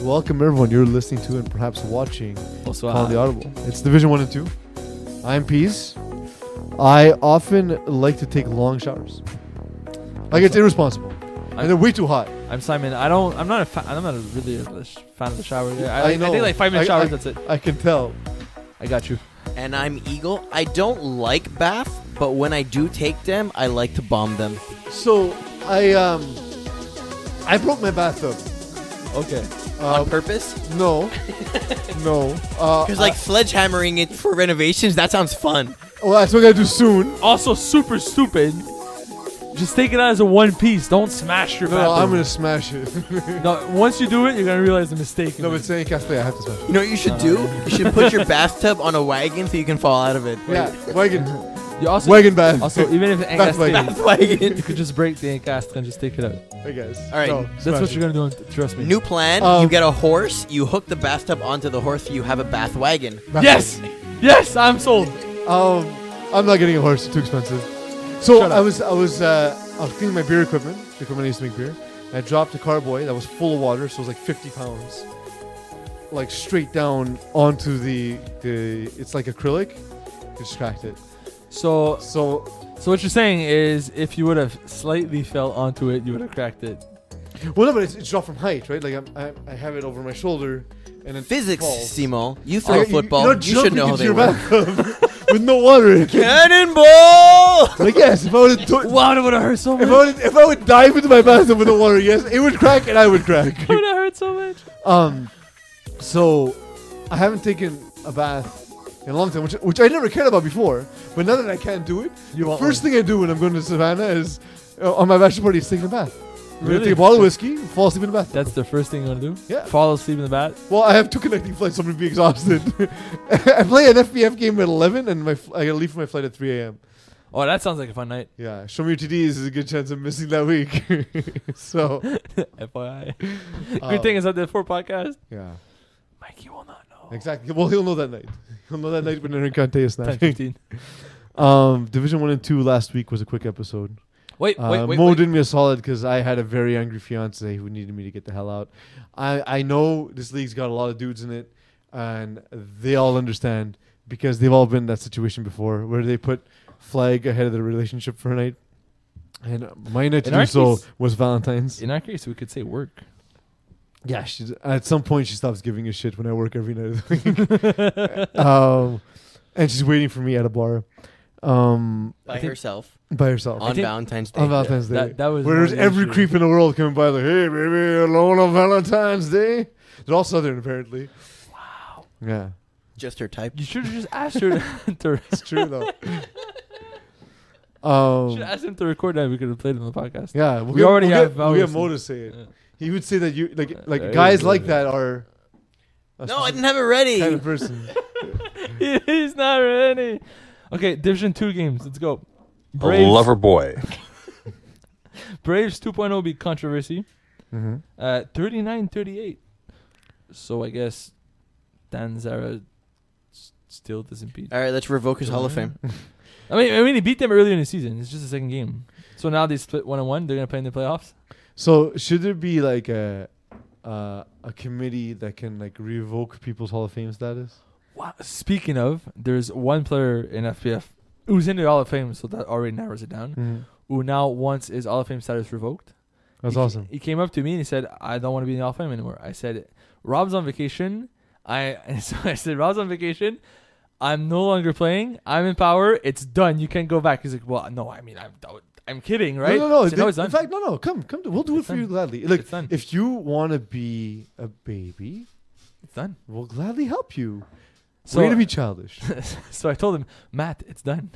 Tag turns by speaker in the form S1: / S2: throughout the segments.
S1: Welcome everyone. You're listening to and perhaps watching Call the
S2: Bonsoir.
S1: Audible. It's Division One and Two. I'm Peace. I often like to take long showers. Like it's
S2: so-
S1: irresponsible,
S2: I'm-
S1: and they're way too hot.
S2: I'm Simon. I don't. I'm not a. Fa- I'm not a really a sh- fan of the shower. I, I, I
S1: know.
S2: think like five minute
S1: I- I-
S2: showers. that's it.
S1: I can tell.
S2: I got you.
S3: and I'm Eagle. I don't like bath, but when I do take them, I like to bomb them.
S1: So I um, I broke my bathtub.
S2: Okay.
S1: Uh,
S3: On purpose?
S1: no, no. Uh,
S3: Because, like, sledgehammering it for renovations, that sounds fun.
S1: I- well, that's what I gotta do soon.
S2: Also, super stupid. Just take it out as a one piece. Don't smash your.
S1: No, no, I'm
S2: bathroom.
S1: gonna smash it.
S2: No, once you do it, you're gonna realize the mistake.
S1: no, but it's saying cafe. I have to smash it.
S3: You know what you should do? You should put your bathtub on a wagon so you can fall out of it.
S1: Yeah, wagon,
S2: you also,
S1: wagon bath.
S2: Also, even if it ain't
S1: That's
S2: got
S1: like-
S2: staying,
S3: Bath wagon.
S2: you could just break the encaster and just take it out.
S1: hey guys.
S3: All right,
S1: no,
S2: That's
S1: smash
S2: what
S1: it.
S2: you're gonna do. and- Trust me.
S3: New plan
S1: Um,
S3: you get a horse, you hook the bathtub onto the horse, you have a bath wagon.
S1: Bath-
S2: Yes. Yes, I'm sold.
S1: Um, I'm not getting a horse. It's too expensive. So
S2: Shut up.
S1: I was, I was, uh, I was cleaning my beer equipment. The equipment I used to make beer. And I dropped a carboy that was full of water, so it was like 50 pounds, like straight down onto the the. It's like acrylic. It just cracked it.
S2: So,
S1: So
S2: so what you're saying is, if you would have slightly fell onto it, you would have cracked it.
S1: well, no, but it's, it's dropped from height, right? Like I'm, I, I have it over my shoulder, and then
S3: Physics,
S1: falls.
S3: Simo. You
S1: I-
S3: throw a
S1: you're
S3: football.
S1: not
S3: You
S1: jumping
S3: should know how
S1: into
S3: they
S1: your
S3: work.
S1: bathtub with no water. in it.
S3: Cannonball!
S1: Like yes, if I would do it.
S2: Wow, that would have hurt so much.
S1: If I, would, if I would dive into my bathtub with the water, yes, it would crack and I would crack.
S2: That would have hurt so much.
S1: Um, so I haven't taken a bath in a long time, which which I never cared about before. But now that I can't do it,
S2: You
S1: the
S2: want
S1: first thing I do when I'm going to Savannah is uh, on my bachelor party is taking a bath. I'm gonna
S2: Really?
S1: take a bottle of whiskey, fall asleep in the bath.
S2: That's the first thing you want to do?
S1: Yeah.
S2: Fall asleep in the bat?
S1: Well, I have two connecting flights, so I'm gonna be exhausted. I play an FBF game at 11, and my fl- I gotta leave for my flight at 3 a.m.
S2: Oh, that sounds like a fun night.
S1: Yeah, show me your TDs is a good chance of missing that week. so
S2: FYI.
S1: um,
S2: Good thing is that the four podcast.
S1: Yeah,
S2: Mikey will not know.
S1: exactly. Well, he'll know that night. He'll know that night when Enrique is
S2: Time
S1: snapping.
S2: 15.
S1: Um, Division One and Two last week was a quick episode.
S2: Wait,
S1: Uh,
S2: wait, wait.
S1: Mo
S2: wait.
S1: did me a solid because I had a very angry fiance who needed me to get the hell out. I I know this league's got a lot of dudes in it, and they all understand because they've all been in that situation before where they put flag ahead of their relationship for a night. And my night to
S2: In our
S1: do so
S2: case-
S1: was Valentine's.
S2: In our case, we could say work.
S1: Yeah, she's, at some point she stops giving a shit when I work every night of the week. um, and she's waiting for me at a bar um,
S2: I
S3: By
S2: think-
S3: herself.
S1: by herself.
S3: On
S2: think-
S3: Valentine's Day.
S1: on Valentine's Day.
S2: That, that was.
S1: Where
S2: more
S1: there's
S2: the
S1: every
S2: issue.
S1: creep in the world coming by, like, hey, baby, alone on Valentine's Day. They're all Southern, apparently.
S2: Wow.
S1: Yeah,
S3: Just her type.
S2: You should have just asked her to,
S1: it's true, though.
S2: should
S1: um,
S2: asked him to record that. We could have played it on the podcast.
S1: yeah, we'll
S2: We
S1: get-
S2: already
S1: we'll
S2: have
S1: Get, we have Mo
S2: vowels.
S1: to say it.
S2: Yeah.
S1: He would say that you, like, like
S2: Uh, there
S1: guys
S2: you
S1: like
S2: go.
S1: that are. a
S3: No, I
S1: specific
S3: didn't have it ready.
S1: Kind of person.
S2: He's not ready. Okay, Division 2 games. Let's go.
S4: A
S2: Braves,
S4: lover boy.
S2: Braves 2.0 beat controversy.
S1: Mhm.
S2: Uh, 39-38. So I guess Dan Zara s- still doesn't beat.
S3: All right, let's revoke his Hall of Fame.
S2: I mean, I mean, he beat them earlier in the season. It's just the second game. So now they split one on one. They're gonna play in the playoffs.
S1: So, should there be like a uh, a committee that can like revoke people's Hall of Fame status?
S2: Wow. Speaking of, there's one player in FPF who's in the Hall of Fame, so that already narrows it down. Who now wants his Hall of Fame status revoked.
S1: Mm-hmm. That's
S2: he, ca-
S1: awesome.
S2: He came up to me and he said, "I don't want to be in the Hall of Fame anymore." I said, "Rob's on vacation." I and so I said, "Rob's on vacation. I'm no longer playing. I'm in power. It's done. You can't go back." He's like, "Well, no. I mean, I'm I'm kidding, right?"
S1: No, no, no.
S2: I said, no
S1: They-
S2: it's done.
S1: In fact, no, no. Come, come. To, we'll do
S2: It's
S1: it for you
S2: done.
S1: gladly. Look,
S2: It's done.
S1: if you want to be a baby,
S2: it's done."
S1: we'll gladly help you.
S2: So
S1: Way to be childish.
S2: so I told him, Matt, it's done.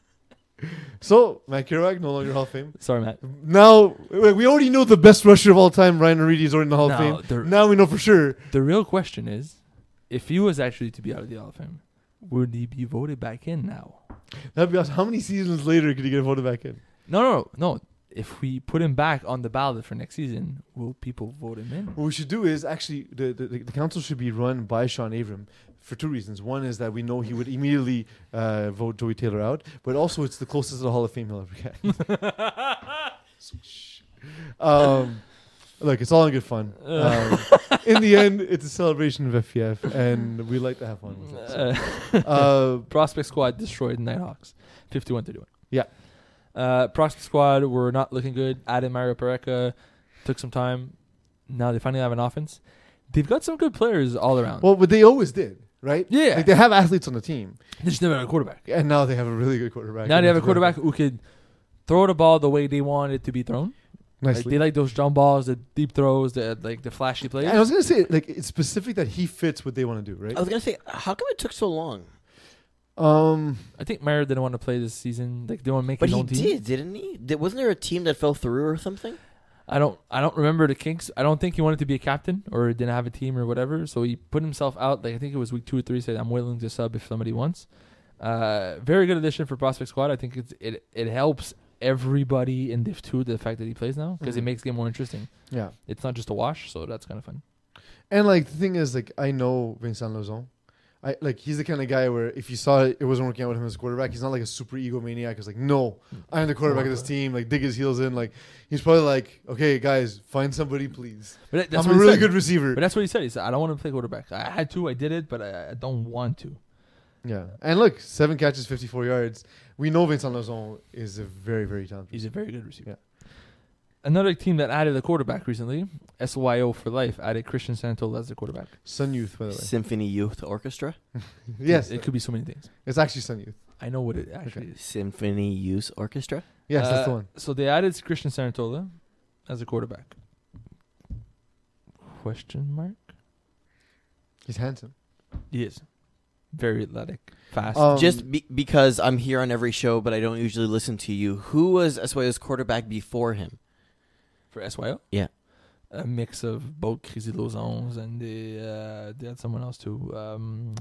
S1: so, Matt Kerouac, no longer Hall of Fame.
S2: Sorry, Matt.
S1: Now, we we already know the best rusher of all time, Ryan Reedy, is already in the Hall
S2: No,
S1: of
S2: they're-
S1: Fame. Now we know for sure.
S2: The real question is, if he was actually to be out of the Hall of Fame, would he be voted back in now?
S1: That'd be awesome. How many seasons later could he get voted back in?
S2: No, no, no. no. if we put him back on the ballot for next season, will people vote him in?
S1: What we should do is actually the, the, the council should be run by Sean Abram for two reasons. One is that we know he would immediately uh, vote Joey Taylor out, but also it's the closest to the Hall of Fame he'll ever get. um, look, it's all in good fun.
S2: Uh.
S1: Um, in the end, it's a celebration of FPF, and we like to have fun with it.
S2: Uh,
S1: so. Uh,
S2: Prospect Squad destroyed Nighthawks, 51-31.
S1: Yeah.
S2: Uh, Prospect Squad were not looking good. Added Mario Pereca, took some time. Now they finally have an offense. They've got some good players all around.
S1: well, but they always did, right?
S2: yeah,
S1: Like they have athletes on the team,
S2: they just never had a quarterback.
S1: and now they have a really good quarterback.
S2: Now
S1: and
S2: they have a
S1: it's
S2: quarterback
S1: working
S2: who could throw the ball the way they want it to be thrown. Like,
S1: Nicely.
S2: they like those jump balls, the deep throws, the like the flashy plays.
S1: And I was gonna say, like, it's specific that he fits what they want to do, right?
S3: I was gonna say, how come it took so long?
S1: Um,
S2: I think Mario didn't want to play this season. Like they want to make
S3: But
S2: his
S3: he
S2: own team.
S3: did, didn't he? Did, wasn't there a team that fell through or something?
S2: I don't I don't remember the kinks. I don't think he wanted to be a captain or didn't have a team or whatever. So he put himself out. Like I think it was week two or three. Said I'm willing to sub if somebody wants. Uh, very good addition for prospect squad. I think it's, it it helps everybody in Div two the fact that he plays now because it
S1: Mhm.
S2: makes the game more interesting.
S1: yeah.
S2: It's not just a wash, so that's kind of fun.
S1: And like the thing is, like I know Vincent Lozon. I like he's the kind of guy where if you saw it, it wasn't working out with him as a quarterback, he's not like a super egomaniac. He's like, no, I'm the quarterback of this team. Like dig his heels in. Like he's probably like, okay, guys, find somebody, please.
S2: But that- that's
S1: I'm
S2: what
S1: a
S2: he
S1: really
S2: said.
S1: good receiver.
S2: But that's what he said. He said I don't want to play quarterback. I had to. I did it, but I, I don't want to.
S1: yeah. And look, seven catches, 54 yards. We know Vincent Lozon is a very, very talented.
S2: He's a very good receiver.
S1: Yeah.
S2: Another team that added a quarterback recently, SYO for life, added Christian Santol as the quarterback.
S1: Sun Youth, by the way.
S3: Symphony Youth Orchestra,
S1: yes,
S2: it, could be so many things.
S1: it's actually Sun Youth.
S2: I know what it actually is.
S3: Symphony Youth Orchestra.
S1: Yes, that's the
S2: Uh,
S1: one.
S2: So they added Christian Santola as a quarterback. Question mark?
S1: He's handsome.
S2: Yes. Very athletic, fast.
S1: Um,
S3: Just be- because I'm here on every show, but I don't usually listen to you. Who was SYO's quarterback before him?
S2: for SYO?
S3: Yeah.
S2: A mix of both Crazy Lozons and they, uh, they had someone else too. Um,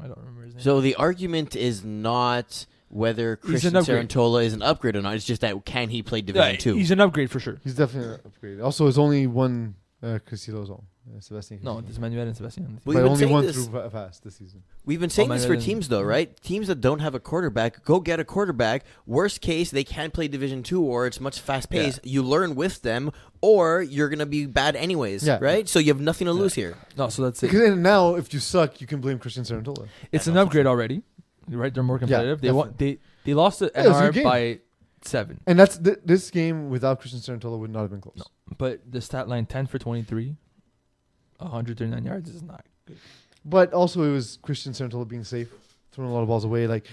S2: I don't remember his name.
S3: So the argument is not whether
S2: He's an
S3: Christian
S2: upgrade.
S3: Sarantola is an upgrade or not. It's just that can he play
S2: Yeah,
S3: Division Two?
S2: He's an upgrade for sure.
S1: He's definitely an upgrade. Also, it's only one uh, Chrissy Lozon, uh, Sebastian.
S2: No,
S1: Chrissy.
S2: there's Manuel and Sebastian. on the team.
S3: We've
S1: but
S3: been
S1: only
S3: saying
S1: one
S3: this-
S1: through va- fast this season.
S3: We've been saying
S2: Oh,
S3: this
S2: man,
S3: for
S2: that is-
S3: teams
S1: Mm-hmm.
S3: though, right? Teams that don't have a quarterback, go get a quarterback. Worst case, they can play Division Two, or it's much fast paced. You learn with them, or you're gonna be bad anyways,
S1: Yeah.
S3: right? So you have nothing to lose here.
S2: No, so that's it.
S1: Because and now, if you suck, you can blame Christian Sarantola.
S2: It's an upgrade already, right? They're more competitive. they won. They they lost to
S1: Yeah, it was a
S2: NR
S1: good game.
S2: by seven,
S1: And that's th- this game without Christian Sarantola would not have been close.
S2: No. but the stat line ten for twenty three, hundred thirty nine yards is not.
S1: But also, it was Christian Sarantola being safe, throwing a lot of balls away, like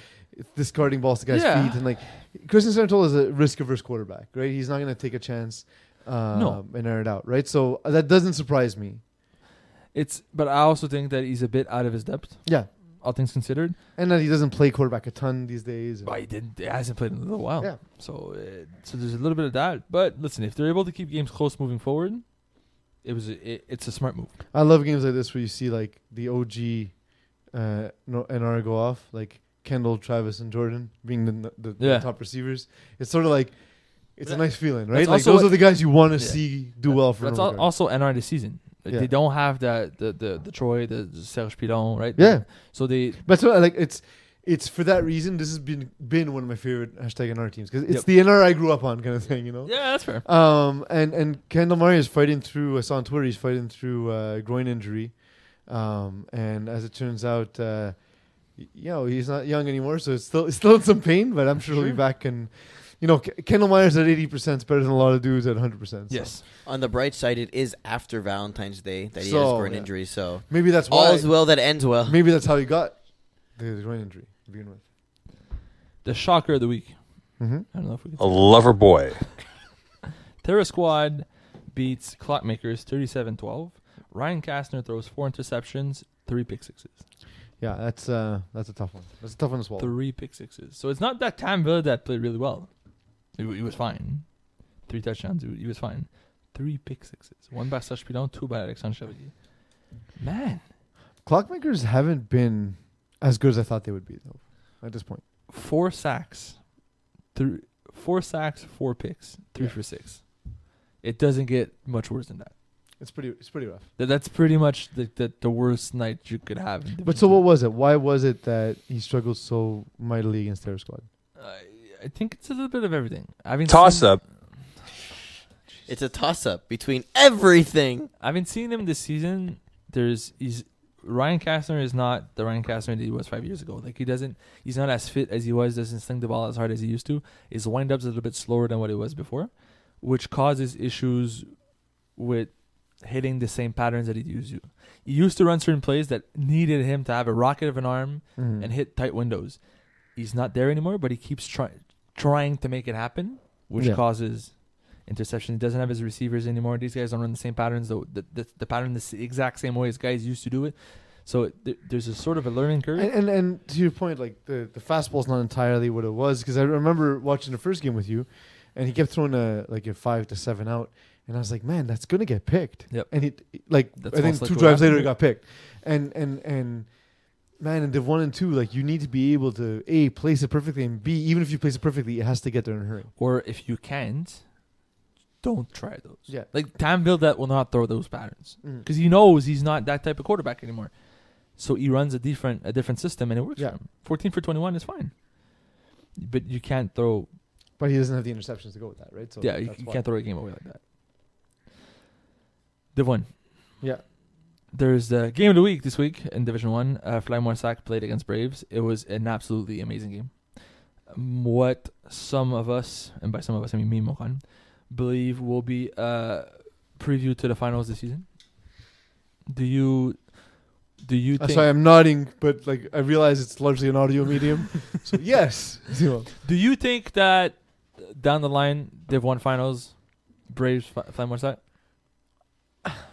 S1: discarding balls to guys'
S2: Yeah.
S1: feet, and like Christian Sarantola is a risk-averse quarterback, right? He's not going to take a chance. Um,
S2: No.
S1: and air it out, right? So uh, that doesn't surprise me.
S2: It's but I also think that he's a bit out of his depth,
S1: Yeah,
S2: all things considered.
S1: and that he doesn't play quarterback a ton these days.
S2: But he didn't. He hasn't played in a little while.
S1: Yeah.
S2: So uh, so there's a little bit of that. But listen, if they're able to keep games close moving forward, it was a, it, it's a smart move.
S1: I love games like this where you see like the OG uh, no- NR go off, like Kendall, Travis, and Jordan being the, the, the
S2: Yeah.
S1: top receivers. It's sort of like it's a
S2: But
S1: nice feeling, right?
S2: that's
S1: Like
S2: also
S1: those
S2: what-
S1: are the guys you want to
S2: Yeah.
S1: see do well for.
S2: That's
S1: Nova
S2: al-
S1: Guard.
S2: also NR this season. Like,
S1: Yeah.
S2: They don't have that the the, the Troy, the, the Serge Pilon, right?
S1: Yeah.
S2: So they
S1: But so like it's it's for that reason. This has been been one of my favorite hashtag NR teams because it's
S2: Yep.
S1: the NR I grew up on kind of thing, you know.
S2: yeah, that's fair.
S1: Um and and Kendall Murray is fighting through. I saw on Twitter he's fighting through uh, groin injury, um and as it turns out, uh, y- you know he's not young anymore, so it's still it's still in some pain, but I'm sure, he'll be
S2: Sure.
S1: back. And you know K- Kendall Myers at eighty percent is better than a lot of dudes at hundred percent.
S2: Yes.
S3: On the bright side, it is after Valentine's Day that he has
S1: So,
S3: groin
S1: yeah.
S3: injury. So
S1: maybe that's why.
S3: all's well that ends well.
S1: maybe that's how he got the, the groin injury to begin with.
S2: The shocker of the week.
S1: Mm-hmm.
S2: I don't know if we can.
S4: A lover boy.
S2: Terra Squad beats Clockmakers 37 12. Ryan Kastner throws four interceptions, three pick sixes.
S1: Yeah, that's uh that's a tough one. That's a tough one as well.
S2: Three pick sixes. So it's not that Tam Villa that played really well. He, wa- he was fine. Three touchdowns, he, wa- he was fine. Three pick sixes. One by Sash Pidon, two by Alexandre Chevalier. Man,
S1: Clockmakers haven't been as good as I thought they would be though. At this point,
S2: four sacks, three, four sacks, four picks, three
S1: Yeah.
S2: for six. It doesn't get much worse than that.
S1: It's pretty. It's pretty rough.
S2: Th- That's pretty much the, the, the worst night you could have. in
S1: But
S2: Division
S1: so
S2: Two.
S1: what was it? Why was it that he struggled so mightily against their squad?
S2: I, I think it's a little bit of everything. I haven't
S4: Toss
S2: seen-
S4: up.
S3: It's a toss up between everything.
S2: I haven't seen him this season. There's he's Ryan Kastner is not the Ryan Kastner that he was five years ago. Like he doesn't, he's not as fit as he was. Doesn't sling the ball as hard as he used to. His wind ups a little bit slower than what it was before, which causes issues with hitting the same patterns that he used to. He used to run certain plays that needed him to have a rocket of an arm
S1: Mm-hmm.
S2: and hit tight windows. He's not there anymore, but he keeps trying trying to make it happen, which
S1: Yeah.
S2: causes interception. He doesn't have his receivers anymore. These guys don't run the same patterns, though. The, the, the pattern the s- exact same way as guys used to do it. So th- there's a sort of a learning curve.
S1: And, and and to your point, like the the fastball's not entirely what it was because I remember watching the first game with you, and he kept throwing a like a five to seven out, and I was like, man, that's gonna get picked.
S2: Yep.
S1: And he like
S2: That's
S1: I
S2: most
S1: think two
S2: likely what
S1: drives later
S2: happened.
S1: it got picked, and and and man, in div one and two, like you need to be able to a place it perfectly and b even if you place it perfectly, it has to get there in a hurry.
S2: or if you can't, don't try those.
S1: Yeah.
S2: Like Tanville that will not throw those patterns
S1: Mm.
S2: because he knows he's not that type of quarterback anymore. So he runs a different a different system and it works
S1: Yeah.
S2: for him. 14 for 21 is fine. But you can't throw
S1: But he doesn't have the interceptions to go with that, right? So
S2: yeah, you,
S1: that's
S2: you
S1: why. Uh,
S2: can't throw a game away like that. Div one.
S1: Yeah.
S2: There's the game of the week this week in Division One. Uh, Flymore Sack played against Braves. It was an absolutely amazing game. Um, what some of us, and by some of us I mean me, Mohan, believe will be uh, preview to the finals this season. Do you? Do you
S1: Uh,
S2: think?
S1: sorry, I'm nodding, but like I realize it's largely an audio medium. so yes, Zemo.
S2: Do you think that down the line Div One finals, Braves fi- find more side?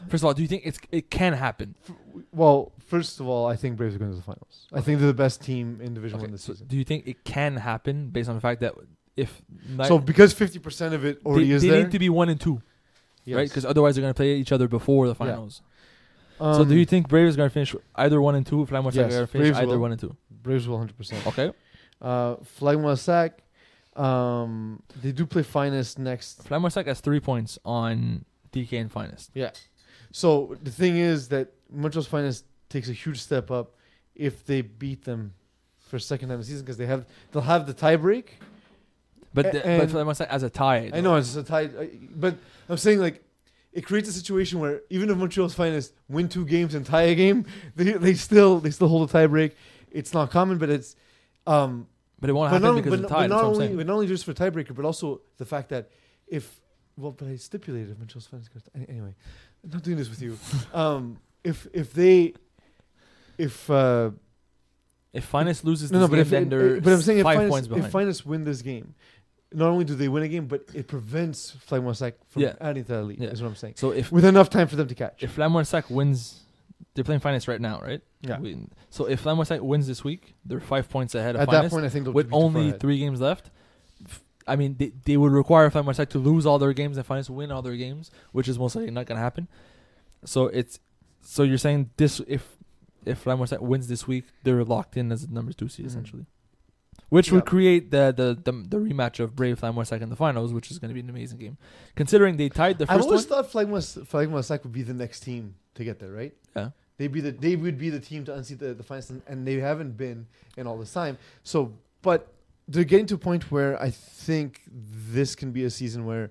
S2: First of all, do you think it's it can happen?
S1: Well, first of all, I think Braves are going to the finals. I think they're the best team in Division
S2: Okay,
S1: One this
S2: so
S1: season.
S2: do you think it can happen based on the fact that if ni-
S1: so because fifty percent of it already
S2: they,
S1: is
S2: they
S1: there,
S2: need to be one and two,
S1: yes.
S2: right? Because otherwise they're gonna play each other before the finals.
S1: um,
S2: so do you think Braves are gonna finish either one and two? Flamworth
S1: Yes,
S2: are gonna finish
S1: Braves
S2: either
S1: will.
S2: one and two.
S1: Braves will hundred percent?
S2: Okay,
S1: Uh, Flagma Sack. Um, they do play Finest next
S2: Flamworth has three points on DK and Finest.
S1: So the thing is that Montreal's finance takes a huge step up if they beat them for a second time this season because they have they'll have the tie break.
S2: But
S1: A-
S2: the, but
S1: and-
S2: Flamworth has a tie.
S1: I know it's a tie, I- but I'm saying like it creates a situation where even if Montreal's finest win two games and tie a game, they, they still they still hold a tie break. It's not common, but it's um,
S2: but it won't
S1: but not,
S2: happen because
S1: but,
S2: of the
S1: but
S2: tie. That's
S1: not
S2: what I'm
S1: only
S2: saying.
S1: but not only just for tiebreaker, but also the fact that if well, but I stipulated if Montreal's finest goes any- anyway. I'm not doing this with you. um, if if they if uh,
S2: If Finest loses
S1: no
S2: this
S1: no, but
S2: game,
S1: if
S2: then
S1: it-
S2: they're
S1: but I'm saying if
S2: five
S1: finest,
S2: points behind.
S1: if finest win this game, not only do they win a game, but it prevents Flying Wasak from
S2: Yeah.
S1: adding to that lead.
S2: Yeah.
S1: Is what I'm saying.
S2: so if
S1: With enough time for them to catch.
S2: if Flamworth wins, they're playing Finest right now, right?
S1: yeah.
S2: We- so if Lamorsac wins this week, they're five points ahead of
S1: At that
S2: Finest
S1: point, I think they'll
S2: with
S1: be too far
S2: only
S1: ahead.
S2: three games left. F- I mean, they, they would require Lamorsac to lose all their games and Finest win all their games, which is most likely not going to happen. So it's so you're saying this if if Lamorsac wins this week, they're locked in as the number two seed
S1: Mhm.
S2: essentially, which would
S1: Yeah.
S2: create the the, the the rematch of Brave Lamorsac in the finals, which is going to be an amazing game, considering they tied the
S1: I've
S2: first one.
S1: always thought Flagma Flagma Sack would be the next team to get there, right?
S2: Yeah.
S1: They'd be the they would be the team to unseat the, the finals, and- and they haven't been in all this time. So, but they're getting to a point where I think this can be a season where,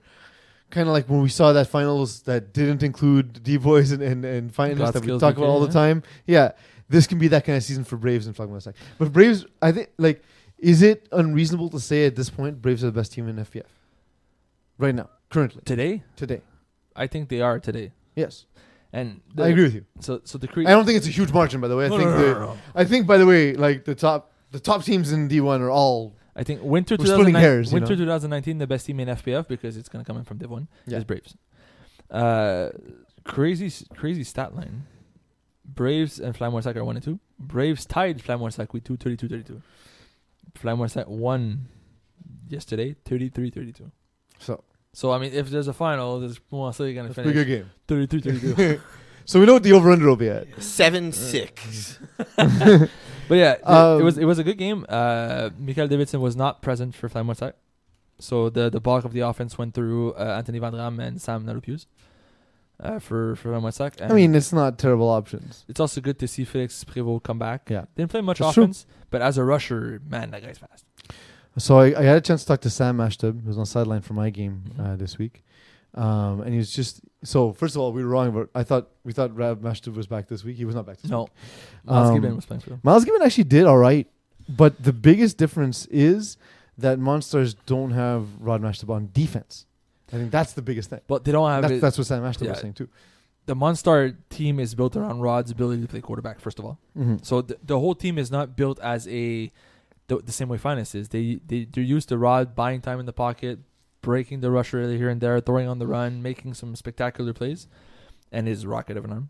S1: kind of like when we saw that finals that didn't include D boys and and, and finals that we
S2: Godskills
S1: talk about
S2: weekend,
S1: all the
S2: yeah.
S1: time. Yeah, this can be that kind of season for Braves and Flagma Sack. But Braves, I think, like, is it unreasonable to say at this point Braves are the best team in FPF right now, currently,
S2: today,
S1: today?
S2: I think they are today,
S1: Yes.
S2: and
S1: I agree with you.
S2: So so the cre-
S1: I don't think it's a huge margin, by the way. I
S2: No,
S1: think
S2: no, no,
S1: the,
S2: no, no.
S1: I think by the way, like the top the top teams in D one are all
S2: I think winter
S1: We're splitting
S2: 2019,
S1: hairs, you
S2: winter
S1: know?
S2: 2019, the best team in FPF because it's gonna come in from Div One
S1: Yeah.
S2: is Braves. Uh, crazy, s- crazy stat line. Braves and Flamorsac are one and two. Braves tied Flamorsac with two thirty-two thirty-two. Flamorsac won yesterday 33-32.
S1: so
S2: So I mean, if there's a final, there's more likely gonna
S1: it's a
S2: finish
S1: pretty good game.
S2: 33-32.
S1: so we know what the over under will be at. Mm.
S3: Seven six.
S2: but yeah, th- it
S1: Um,
S2: was it was a good game. Uh, Mikael Davidson was not present for Flamorsac. So the the bulk of the offense went through uh, Anthony Van Ram and Sam Nalopuse, uh for for Moissac.
S1: I mean, it's not terrible options.
S2: it's also good to see Felix Prévost come back.
S1: Yeah.
S2: Didn't play much
S1: That's true.
S2: offense, but as a rusher, man, that guy's fast.
S1: So I, I had a chance to talk to Sam Ashtab, who's on sideline for my game
S2: Mhm.
S1: uh, this week, um, and he was just so. First of all, we were wrong, but I thought we thought Rab Ashtab was back this week. He was not back this
S2: No,
S1: week.
S2: Miles
S1: Um,
S2: Gibbon was playing for them.
S1: Miles Gibbon actually did all right, but the biggest difference is that Monsters don't have Rod Mashtab on defense. I think that's the biggest thing.
S2: But they don't have
S1: That's,
S2: it.
S1: that's what Sam Ashtab
S2: yeah.
S1: was saying too.
S2: the Monstar team is built around Rod's ability to play quarterback. First of all,
S1: Mm-hmm.
S2: so th- the whole team is not built as a the, the same way finance is. They they they're used to Rod buying time in the pocket, breaking the rusher here and there, throwing on the run, making some spectacular plays, and his rocket of an arm.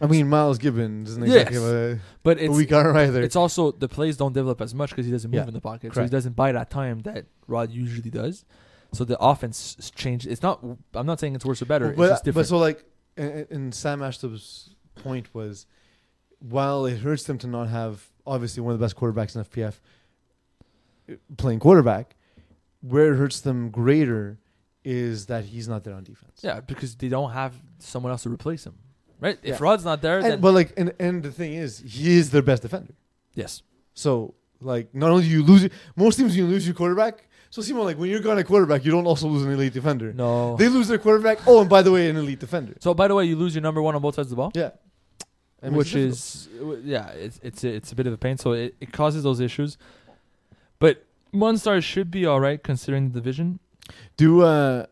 S1: I mean, Miles Gibbon doesn't
S2: Yes.
S1: exactly have a,
S2: But
S1: a
S2: it's
S1: weak arm either.
S2: It's also the plays don't develop as much because he doesn't move
S1: Yeah,
S2: in the pocket, so he
S1: correct.
S2: doesn't buy that time that Rod usually does. So the offense s- changed. It's not. I'm not saying it's worse or better.
S1: But,
S2: it's just different.
S1: but so like, and, and Sam Ashtab's point was, while it hurts them to not have obviously one of the best quarterbacks in FPF uh, playing quarterback, where it hurts them greater is that he's not there on defense.
S2: yeah, because they don't have someone else to replace him, right? If
S1: Yeah.
S2: Rod's not there, then
S1: And, but like, and, and the thing is, he is their best defender.
S2: yes,
S1: So like, not only do you lose, most teams you lose your quarterback. So Simon, like when you're going to quarterback, you don't also lose an elite defender.
S2: no.
S1: They lose their quarterback. Oh, and by the way, an elite defender.
S2: so by the way, you lose your number one on both sides of the ball,
S1: Yeah. That makes
S2: which
S1: it difficult.
S2: is uh, w- yeah, it's it's a, it's a bit of a pain. So it, it causes those issues, but Monstar should be all right considering the division.
S1: Do uh,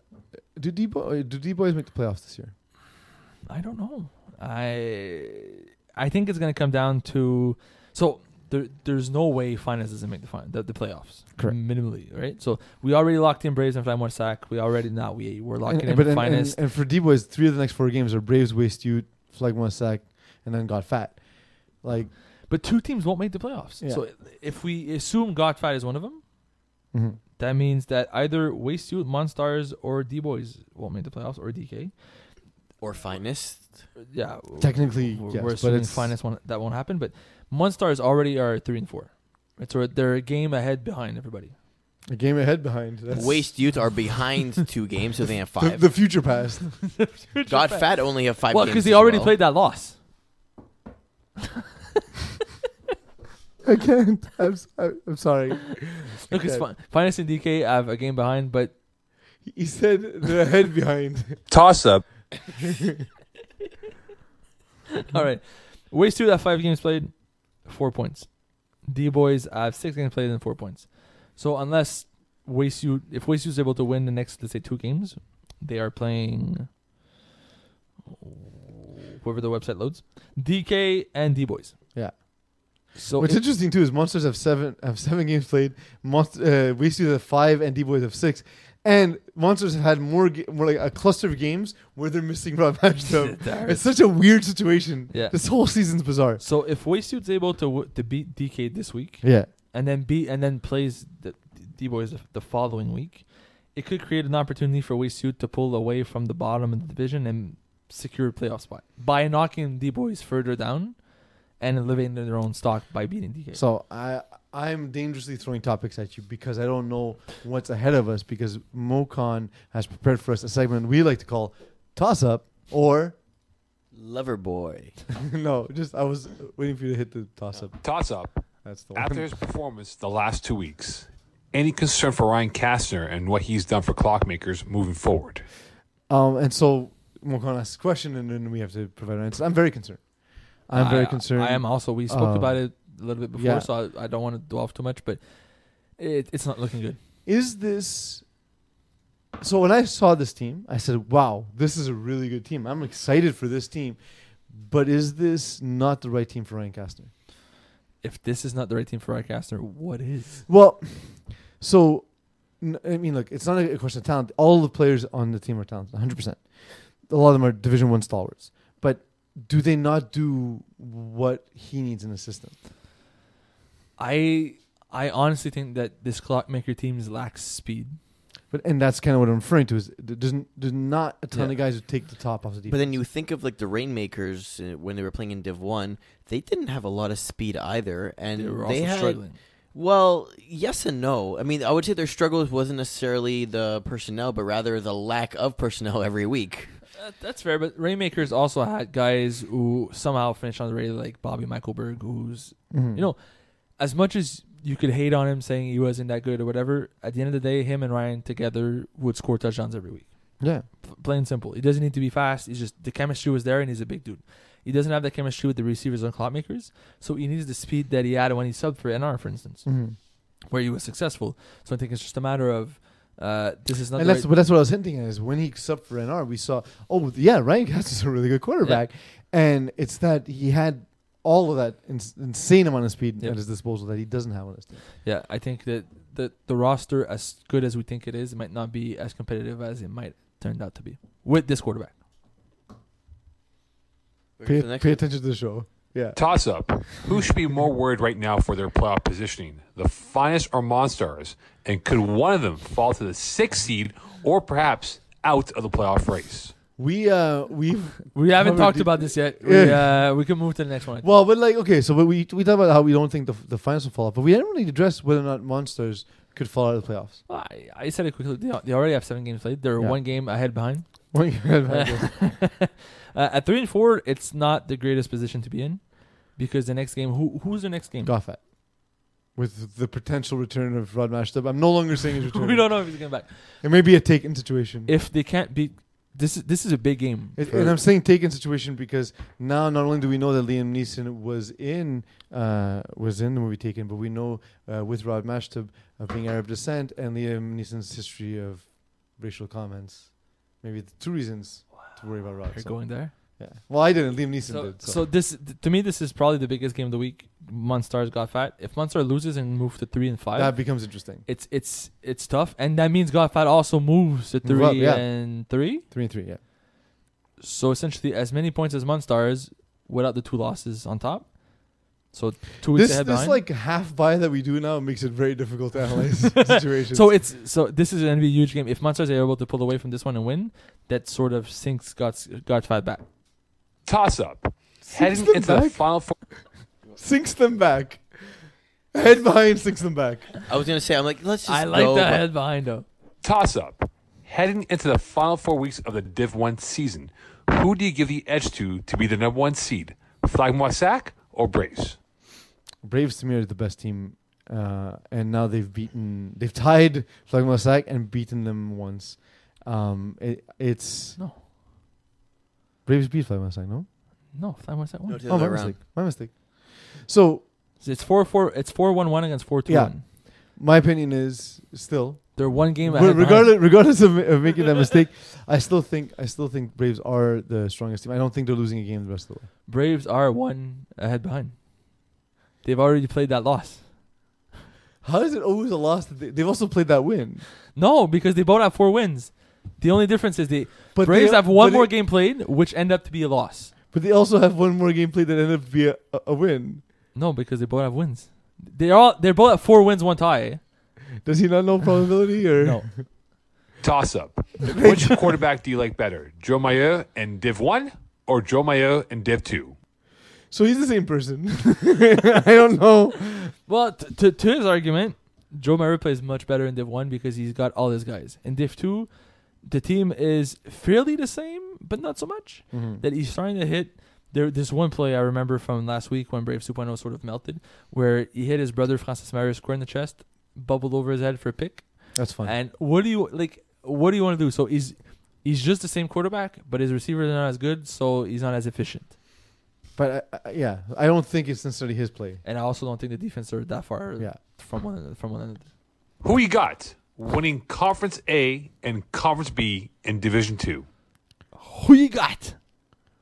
S1: do D boy do D boys make the playoffs this year?
S2: I don't know. I I think it's gonna come down to so there, there's no way finance doesn't make the fin- the, the playoffs
S1: Correct.
S2: minimally, right? So we already locked in Braves and Fly Sack. We already not we we're locking
S1: and,
S2: in
S1: but and,
S2: finance.
S1: and, and for D boys, three of the next four games are Braves, Waste Ute, Flag One Sack, and then Got Fat. Like
S2: but two teams won't make the playoffs.
S1: Yeah.
S2: So if we assume Godfat is one of them,
S1: mhm.
S2: that means that either Waste Youth, Monstars, or D Boys won't make the playoffs, or DK.
S3: or finest.
S2: Yeah,
S1: technically,
S2: we're,
S1: yes,
S2: we're
S1: but
S2: assuming
S1: it's
S2: finance won't, that won't happen. But Monstars already are three and four. Right, so they're a game ahead behind everybody.
S1: a game ahead behind. That's
S3: Waste Youth are behind two games, so they have
S1: the,
S3: five.
S1: the future past.
S3: God Fat only have five.
S2: well, because
S3: because
S2: he already played that loss.
S1: I can't. I'm, s- I'm I'm sorry.
S2: Look, it's
S1: Okay.
S2: fine. Finance and DK have a game behind, but
S1: He said the head behind.
S4: Toss up.
S2: all right. Waste two that five games played, four points. D boys have six games played and four points. So unless Waste you if Waste is able to win the next let's say two games, they are playing whoever the website loads. DK and D boys.
S1: Yeah.
S2: So
S1: What's
S2: it-
S1: interesting too is monsters have seven have seven games played. Monster, uh, we see the five and D boys have six, and monsters have had more ga- more like a cluster of games where they're missing Rob Ashton.
S2: There
S1: it's such a weird situation.
S2: Yeah.
S1: this whole season's bizarre.
S2: so if Waste is able to w- to beat DK this week,
S1: Yeah,
S2: and then beat and then plays the D boys the, the following week, it could create an opportunity for Waste to pull away from the bottom of the division and secure a playoff spot by knocking D boys further down and elevating their own stock by beating DK.
S1: So I I'm dangerously throwing topics at you because I don't know what's ahead of us because Mocon has prepared for us a segment we like to call toss up or
S3: Lover Boy.
S1: no just I was waiting for you to hit the toss up.
S4: Toss up.
S1: That's the
S4: After
S1: one.
S4: his performance the last two weeks, any concern for Ryan Kastner and what he's done for clockmakers moving forward?
S1: Um and so Mocon asks a question and then we have to provide an answer. I'm very concerned. I'm very
S2: I-
S1: concerned.
S2: I am also. We spoke
S1: Uh,
S2: about it a little bit before,
S1: yeah.
S2: so I, I don't want to dwell off too much, but it, it's not looking good.
S1: is this so when i saw this team i said wow this is a really good team i'm excited for this team but is this not the right team for ryan kastner
S2: If this is not the right team for Rycaster, what is?
S1: well so n- i mean look it's not a question of talent all the players on the team are talented 100% a lot of them are division one stalwarts but do they not do what he needs in the system
S2: I I honestly think that this clockmaker team lacks speed.
S1: but and that's kind of what i'm referring to is there- there's, n- there's not a ton
S2: Yeah.
S1: of guys who take the top off the defense
S3: But then you think of like the Rainmakers uh, when they were playing in Div One. They didn't have a lot of speed either, and
S2: They
S3: they,
S2: were also
S3: had
S2: struggling.
S3: Well, yes and no. I mean, I would say their struggles wasn't necessarily the personnel, but rather the lack of personnel every week.
S2: That- that's fair, but Rainmakers also had guys who somehow finished on the radar, like Bobby Michaelberg, who's
S1: Mm-hmm.
S2: you know, as much as you could hate on him saying he wasn't that good or whatever, at the end of the day, him and Ryan together would score touchdowns every week.
S1: Yeah.
S2: F- plain and simple. He doesn't need to be fast. He's just the chemistry was there, and he's a big dude. He doesn't have that chemistry with the receivers and clockmakers, so he needs the speed that he had when he subbed for NR, for instance,
S1: mm-hmm.
S2: where he was successful. So I think it's just a matter of uh, this is not.
S1: and
S2: the
S1: that's
S2: right-
S1: but that's what I was hinting at is when he subbed for NR, we saw oh yeah, Ryan Cass is a really good quarterback, and it's that he had all of that ins- insane amount of speed
S2: Yep.
S1: at his disposal that he doesn't have on his team.
S2: Yeah, I think that the the roster, as good as we think it is, might not be as competitive as it might turned out to be with this quarterback.
S1: Pay,
S3: The next
S1: pay
S3: one.
S1: attention to the show. Yeah,
S4: Toss up. Who should be more worried right now for their playoff positioning? The finest or Monstars? And could one of them fall to the sixth seed or perhaps out of the playoff race?
S1: we uh we've
S2: We haven't
S1: Covered
S2: talked
S1: the-
S2: about this yet. We, uh, we can move to the next one.
S1: Well, but like okay, so but we we talk about how we don't think the the finals will fall off, but we didn't really address whether or not monsters could fall out of the playoffs.
S2: I, I said it quickly. They, they already have seven games played. They're
S1: Yeah.
S2: one game ahead behind.
S1: yeah,
S2: Uh, at three and four, it's not the greatest position to be in because the next game. Who who's the next game?
S1: Goffat. With the potential return of Rod Mashtub, I'm no longer saying his return.
S2: we don't know if he's coming back.
S1: It may be a taken situation.
S2: If they can't beat this, is this is a big game.
S1: It-
S2: for-
S1: and I'm saying taken situation because now not only do we know that Liam Neeson was in uh, was in the movie Taken, but we know uh, with Rod Mashtub of being Arab descent and Liam Neeson's history of racial comments, maybe the two reasons to worry about Rod.
S2: You're
S1: so,
S2: going there.
S1: Yeah. Well, I didn't. Liam Neeson
S2: So,
S1: did. So.
S2: so this th- to me, this is probably the biggest game of the week. Monstars got fat. If Monstar loses and moves to three and five,
S1: that becomes interesting.
S2: it's it's it's tough, and that means God Fat also moves to three
S1: Move up, yeah.
S2: and three.
S1: Three and three. Yeah.
S2: So essentially, as many points as Monstars without the two losses on top. So two weeks
S1: This
S2: ahead
S1: this
S2: behind.
S1: like half buy that we do now makes it very difficult to analyze situations.
S2: so it's so this is gonna be a huge game. If Monstars are able to pull away from this one and win, that sort of sinks God's God Fat back.
S4: Toss up.
S1: Sinks
S4: Heading
S1: them
S4: into the
S1: back?
S4: final four.
S1: sinks them back. Head behind sinks them back.
S3: I was gonna say, I'm like, let's just
S2: I like
S3: go,
S2: that
S3: but-
S2: head behind though.
S4: Toss up. Heading into the final four weeks of the Div 1 season, who do you give the edge to to be the number one seed? Flag Moissac or Brace?
S1: Braves to me are the best team, uh, and now they've beaten, they've tied Flagma Sac and beaten them once. Um, it, it's
S2: No,
S1: Braves beat Flagma Sac, no?
S2: no, five more set one.
S3: No, the
S1: oh,
S3: other
S1: my
S3: round.
S1: mistake. My mistake. So
S2: It's four four. It's four one one against four two
S1: Yeah.
S2: one.
S1: my opinion is still,
S2: They're one game
S1: re-
S2: ahead.
S1: regardless, regardless of, of making that mistake, I still think I still think Braves are the strongest team. I don't think they're losing a game the rest of the way.
S2: Braves are one ahead behind. They've already played that loss.
S1: How is it always a loss? That they, they've also played that win,
S2: No, because they both have four wins. The only difference is the
S1: but
S2: Braves
S1: they,
S2: have one
S1: but
S2: more
S1: they-
S2: game played, which end up to be a loss.
S1: But they also have one more game played that ended up being a, a win.
S2: No, because they both have wins. They're all they're both at four wins, one tie.
S1: Does he not know probability or
S2: No,
S4: Toss up. Which quarterback do you like better, Joe Mayer and Div 1 or Joe Mayer and Div 2?
S1: So he's the same person. I don't know.
S2: Well, t- to to his argument, Joe Murray plays much better in Div One because he's got all his guys. In Div Two, the team is fairly the same, but not so much.
S1: Mm-hmm.
S2: That he's starting to hit. There, this one play I remember from last week when Brave 2.0 sort of melted, where he hit his brother Francis Mario square in the chest, bubbled over his head for a pick.
S1: That's fine.
S2: And what do you like? What do you want to do? So he's he's just the same quarterback, but his receivers are not as good, so he's not as efficient.
S1: But I, I, yeah, I don't think it's necessarily his play.
S2: And I also don't think the defense are that far
S1: Yeah.
S2: from one another, from one another.
S4: Who you got winning Conference A and Conference B and Division Two?
S2: Who you got?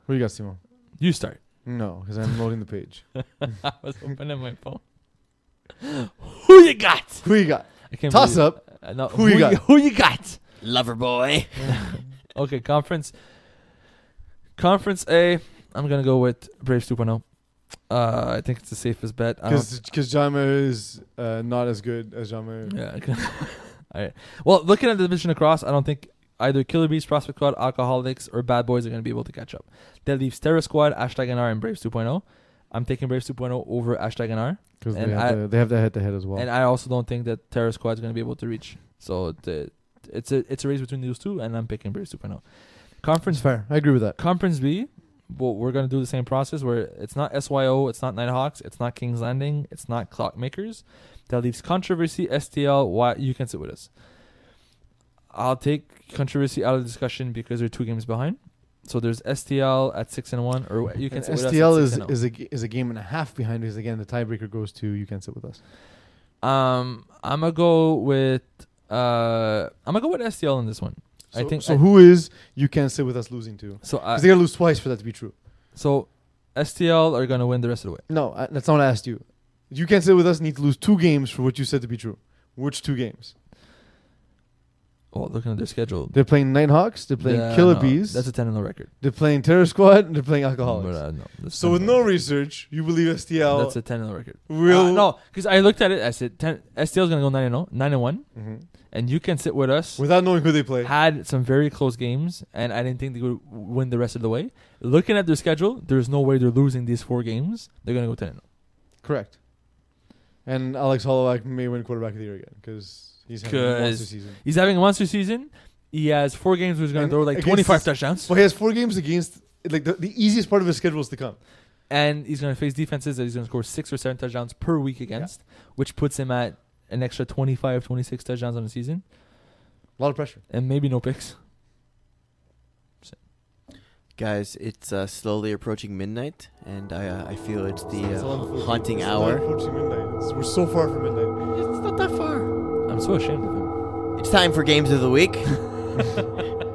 S1: Who you got, Simon?
S2: You start.
S1: No, because I'm loading the page.
S2: I was opening my phone. Who you got?
S1: Who you got?
S2: I can't
S1: Toss
S2: believe-
S1: up.
S2: Uh, no,
S1: Who you got?
S2: Who you got?
S3: lover boy.
S2: Okay, conference. Conference A. I'm gonna go with Braves 2.0. Uh, I think it's the safest bet. I don't-
S1: Because Jama is uh, not as good as Jama.
S2: Yeah. okay. All right. Well, looking at the division across, I don't think either Killer Bees, Prospect Squad, Alcoholics, or Bad Boys are going to be able to catch up. That leaves Terror Squad, Hashtag NR, and Braves 2.0. I'm taking Braves 2.0 over Ashtagan R.
S1: because they,
S2: And
S1: have
S2: I-
S1: the- they have that head to head as well.
S2: And I also don't think that Terra Squad is going to be able to reach. So the, it's a it's a race between those two, and I'm picking Braves 2.0.
S1: it's
S2: Conference
S1: fair. I agree with that.
S2: Conference B. Well, we're going to do the same process where it's not SYO, it's not Nighthawks, it's not King's Landing, it's not Clockmakers. That leaves Controversy, STL. Why you can sit with us? I'll take Controversy out of the discussion because they're two games behind. So there's STL at six and one, or you can
S1: And
S2: sit with us. at
S1: STL
S2: six
S1: is
S2: and oh.
S1: is a, g- is a game and a half behind because again the tiebreaker goes to you can sit with us.
S2: Um, I'm gonna go with uh, I'm gonna go with STL in this one.
S1: So,
S2: I think
S1: so.
S2: I- Uh,
S1: who is you can sit with us losing to?
S2: So I,
S1: Because they gotta lose twice for that to be true.
S2: so STL are gonna win the rest of the way.
S1: No, I, that's not what I asked you. You can sit with us need to lose two games for what you said to be true. Which two games?
S2: Well, looking at their schedule,
S1: They're playing Nighthawks. They're playing
S2: Yeah,
S1: Killer
S2: no,
S1: Bees.
S2: That's a ten and no record.
S1: they're playing Terror Squad. And they're playing
S2: But,
S1: Alcoholics.
S2: uh, no, that's
S1: so
S2: 10
S1: with
S2: and
S1: no
S2: record.
S1: research, you believe STL
S2: that's a ten and no record.
S1: will
S2: Uh, no, because I looked at it. I said ten. STL is gonna go nine and 0, 9 and one,
S1: Mhm.
S2: and you can sit with us.
S1: without knowing who they play.
S2: had some very close games, and I didn't think they would win the rest of the way. Looking at their schedule, there's no way they're losing these four games. They're gonna go ten and oh. zero.
S1: Correct. And Alex Holloway may win quarterback of the year again because he's having a monster
S2: 'Cause-
S1: season.
S2: He's having a monster season. He has four games where he's going
S1: And
S2: to throw like
S1: against
S2: 25
S1: this-
S2: touchdowns.
S1: Well, he has four games against like the, the easiest part of his schedule is to come.
S2: And he's going to face defenses that he's going to score six or seven touchdowns per week against, which puts him at an extra 25, 26 touchdowns on the season
S1: A lot of pressure.
S2: and maybe no picks.
S3: Guys, it's uh, slowly approaching midnight, and I, uh, I feel it's the
S1: It's all
S3: uh,
S1: unfortunate.
S3: haunting
S1: It's all
S3: hour.
S1: approaching midnight. It's- We're so far from midnight.
S3: It's not that far.
S2: I'm so ashamed of him.
S3: It's time for games of the week.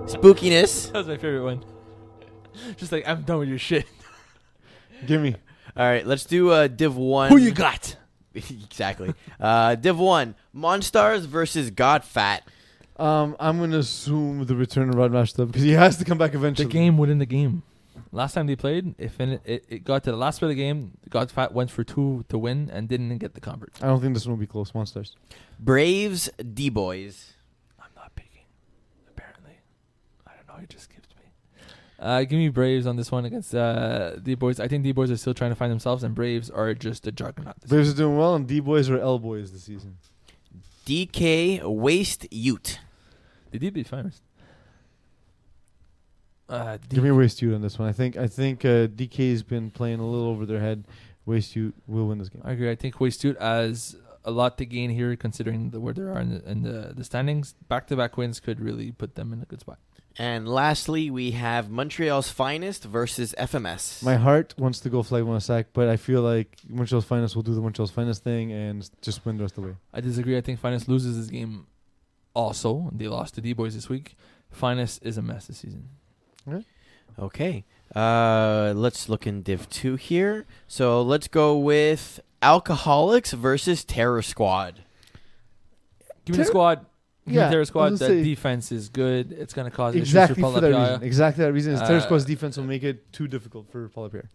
S3: Spookiness.
S2: That was my favorite one. Just like, I'm done with your shit.
S1: Give me.
S3: All right, let's do uh, Div One.
S2: Who you got?
S3: exactly. Uh, Div One: Monstars versus Godfat.
S1: Um, I'm gonna assume the return of Rod Mashtub because he has to come back
S2: The
S1: eventually.
S2: game within the game. Last time they played, it, fin- it, it got to the last play of the game. Godfat went for two to win and didn't get the convert.
S1: I don't think this one will be close. Monsters.
S3: Braves D Boys.
S2: I'm not picking, apparently. I don't know. He just skipped me. Uh, give me Braves on this one against uh, D Boys. I think D Boys are still trying to find themselves, and Braves are just a juggernaut. This
S1: Braves are doing well, and D boys are L boys this season.
S3: DK Waste Ute.
S2: year. they did beat Flyers. Uh, D-
S1: Give me Waste Ute on this one. I think I think uh, DK's been playing a little over their head. Waste Ute will win this game.
S2: I agree. I think Waystute has a lot to gain here, considering the, where they are in the, in the, the standings. Back to back wins could really put them in a good spot.
S3: And lastly, we have Montreal's Finest versus FMS.
S1: My heart wants to go flag one sack, but I feel like Montreal's finest will do the Montreal's finest thing and just win the rest of the way.
S2: I disagree. I think Finest loses this game. Also, they lost to D Boys this week. Finest is a mess this season.
S3: Okay. Uh, let's look in Div 2 here. So let's go with Alcoholics versus Terror Squad.
S2: Give me the
S1: Ter-
S2: squad. Give
S1: Yeah,
S2: me the
S1: I
S2: squad.
S1: was
S2: That
S1: gonna say-
S2: defense is good. It's going to cause
S1: Exactly
S2: issues
S1: for
S2: for
S1: that
S2: Palapia.
S1: reason. Exactly that reason. Is Terror
S2: Uh,
S1: Squad's defense will make it too difficult for Palapierre.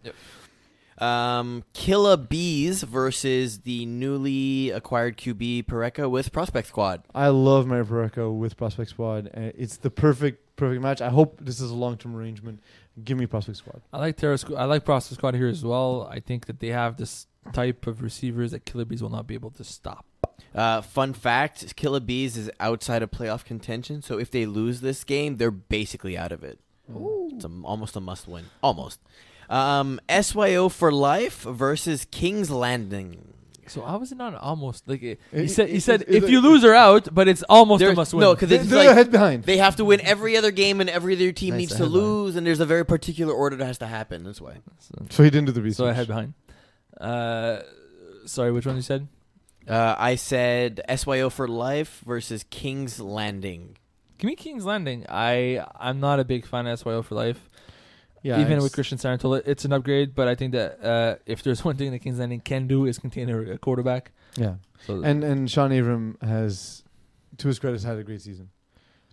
S3: Um, Killa Bees versus the newly acquired QB Pareka with Prospect Squad.
S1: I love Mario Pareco with Prospect Squad. and It's the perfect perfect match. I hope this is a long term arrangement. Give me Prospect Squad.
S2: I like Terra. Squ- I like Prospect Squad here as well. I think that they have this type of receivers that Killabys will not be able to stop.
S3: Uh, fun fact Killa Bees is outside of playoff contention, so if they lose this game, they're basically out of it. It's a, almost a must win. Almost. Um, SYO for Life versus King's Landing.
S2: So how is it not almost like it,
S1: It-
S2: he said? He
S1: it-
S2: said
S1: it-
S2: if
S1: it-
S2: you lose, are out. But it's almost
S3: There-
S2: a must win.
S3: no, 'cause
S1: They,
S3: It's
S1: they're
S3: like-
S1: a head behind.
S3: They have to win every other game, and every other team
S2: Nice
S3: needs to
S2: headline.
S3: lose. And there's a very particular order that has to happen. That's why
S2: so,
S1: so he didn't do the research.
S2: so I head behind. Uh, sorry, which one you said?
S3: uh, I said SYO for life versus King's Landing.
S2: Give me King's Landing. I I'm not a big fan of SYO for life.
S1: Yeah,
S2: even
S1: it's-
S2: with Christian Sarantola, it's an upgrade. But I think that uh, if there's one thing that Kings Landing can do is contain a, a quarterback.
S1: Yeah.
S2: So
S1: And and Sean Avram has, to his credit, has had a great season.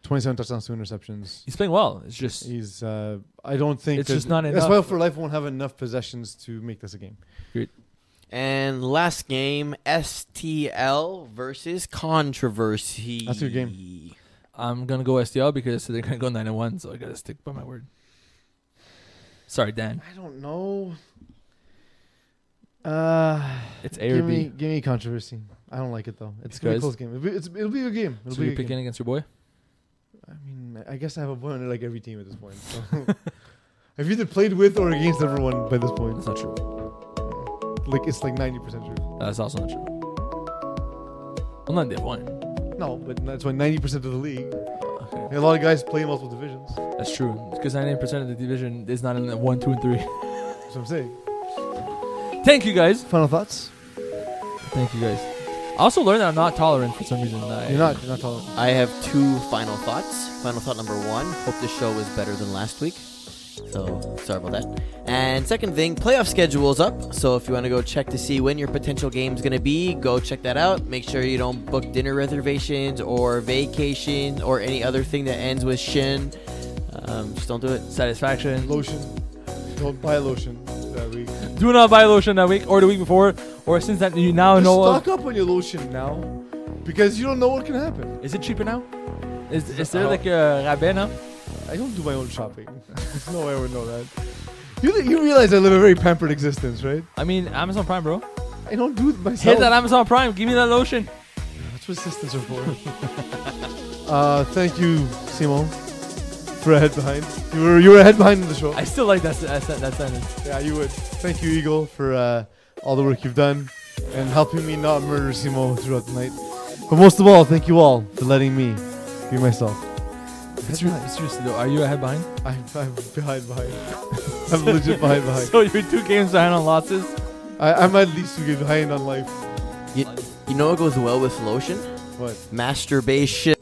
S1: Twenty seven touchdowns, two interceptions.
S2: he's playing well. It's just
S1: He's. Uh, I don't think
S2: It's
S1: that-
S2: just not
S1: That's
S2: enough.
S1: why for life won't have enough possessions to make this a game.
S3: And last game, STL versus Controversy.
S1: That's your game.
S2: I'm gonna go STL because they're gonna go nine and one. So I gotta stick by my word. Sorry, Dan.
S1: I don't know. Uh,
S2: It's A or
S1: give
S2: B.
S1: me, give me controversy. I don't like it though. It's
S2: You
S1: gonna be a
S2: guys-
S1: close game. It'll be, it's, it'll be a game. It'll
S2: so
S1: be
S2: you're
S1: a game.
S2: picking against your boy.
S1: I mean, I guess I have a point on like every team at this point. So. I've either played with or against everyone by this point.
S2: That's not true.
S1: Like it's like ninety percent true.
S2: That's also not true. Well, not Div One.
S1: No, but that's why ninety percent of the league.
S2: Okay.
S1: A lot of guys play multiple divisions. That's
S2: That's true. Because 98 percent of the division is not in the one, two, and three.
S1: what I'm saying.
S2: Thank you guys.
S1: Final thoughts?
S2: Thank you guys. I also learned that I'm not tolerant for some reason. I,
S1: You're not. You're not tolerant.
S3: I have two final thoughts. Final thought number one: hope this show is better than last week. So sorry about that. And second thing, playoff schedule's up. So if you want to go check to see when your potential game's gonna be, go check that out. Make sure you don't book dinner reservations or vacation or any other thing that ends with shin. Um, just don't do it.
S2: satisfaction.
S1: Lotion. Don't buy lotion that week.
S2: Do not buy lotion that week or the week before or since that you now
S1: Just
S2: know. of-
S1: stock up on your lotion now, because you don't know what can happen.
S2: Is it cheaper now? Is, is
S1: I
S2: there
S1: don't-
S2: like a rabais now?
S1: I don't do my own shopping. There's no way I would know that. You, you realize I live a very pampered existence, right?
S2: I mean, Amazon Prime, bro.
S1: I don't do it myself.
S2: Hit that Amazon Prime. Give me that lotion.
S1: That's what sisters are for. uh, thank you, Simon, for a head behind. You were you were a head behind in the show.
S2: I still like that, that, that sentence.
S1: yeah, you would. Thank you, Eagle, for uh, all the work you've done and helping me not murder Simon throughout the night. But most of all, thank you all for letting me be myself.
S2: It's really, seriously though, are you ahead behind?
S1: I'm, I'm behind behind. I'm legit behind behind.
S2: So you're two games behind on losses.
S1: I, I'm at least two games behind on life.
S3: You know what goes well with lotion?
S1: What?
S3: Masturbation.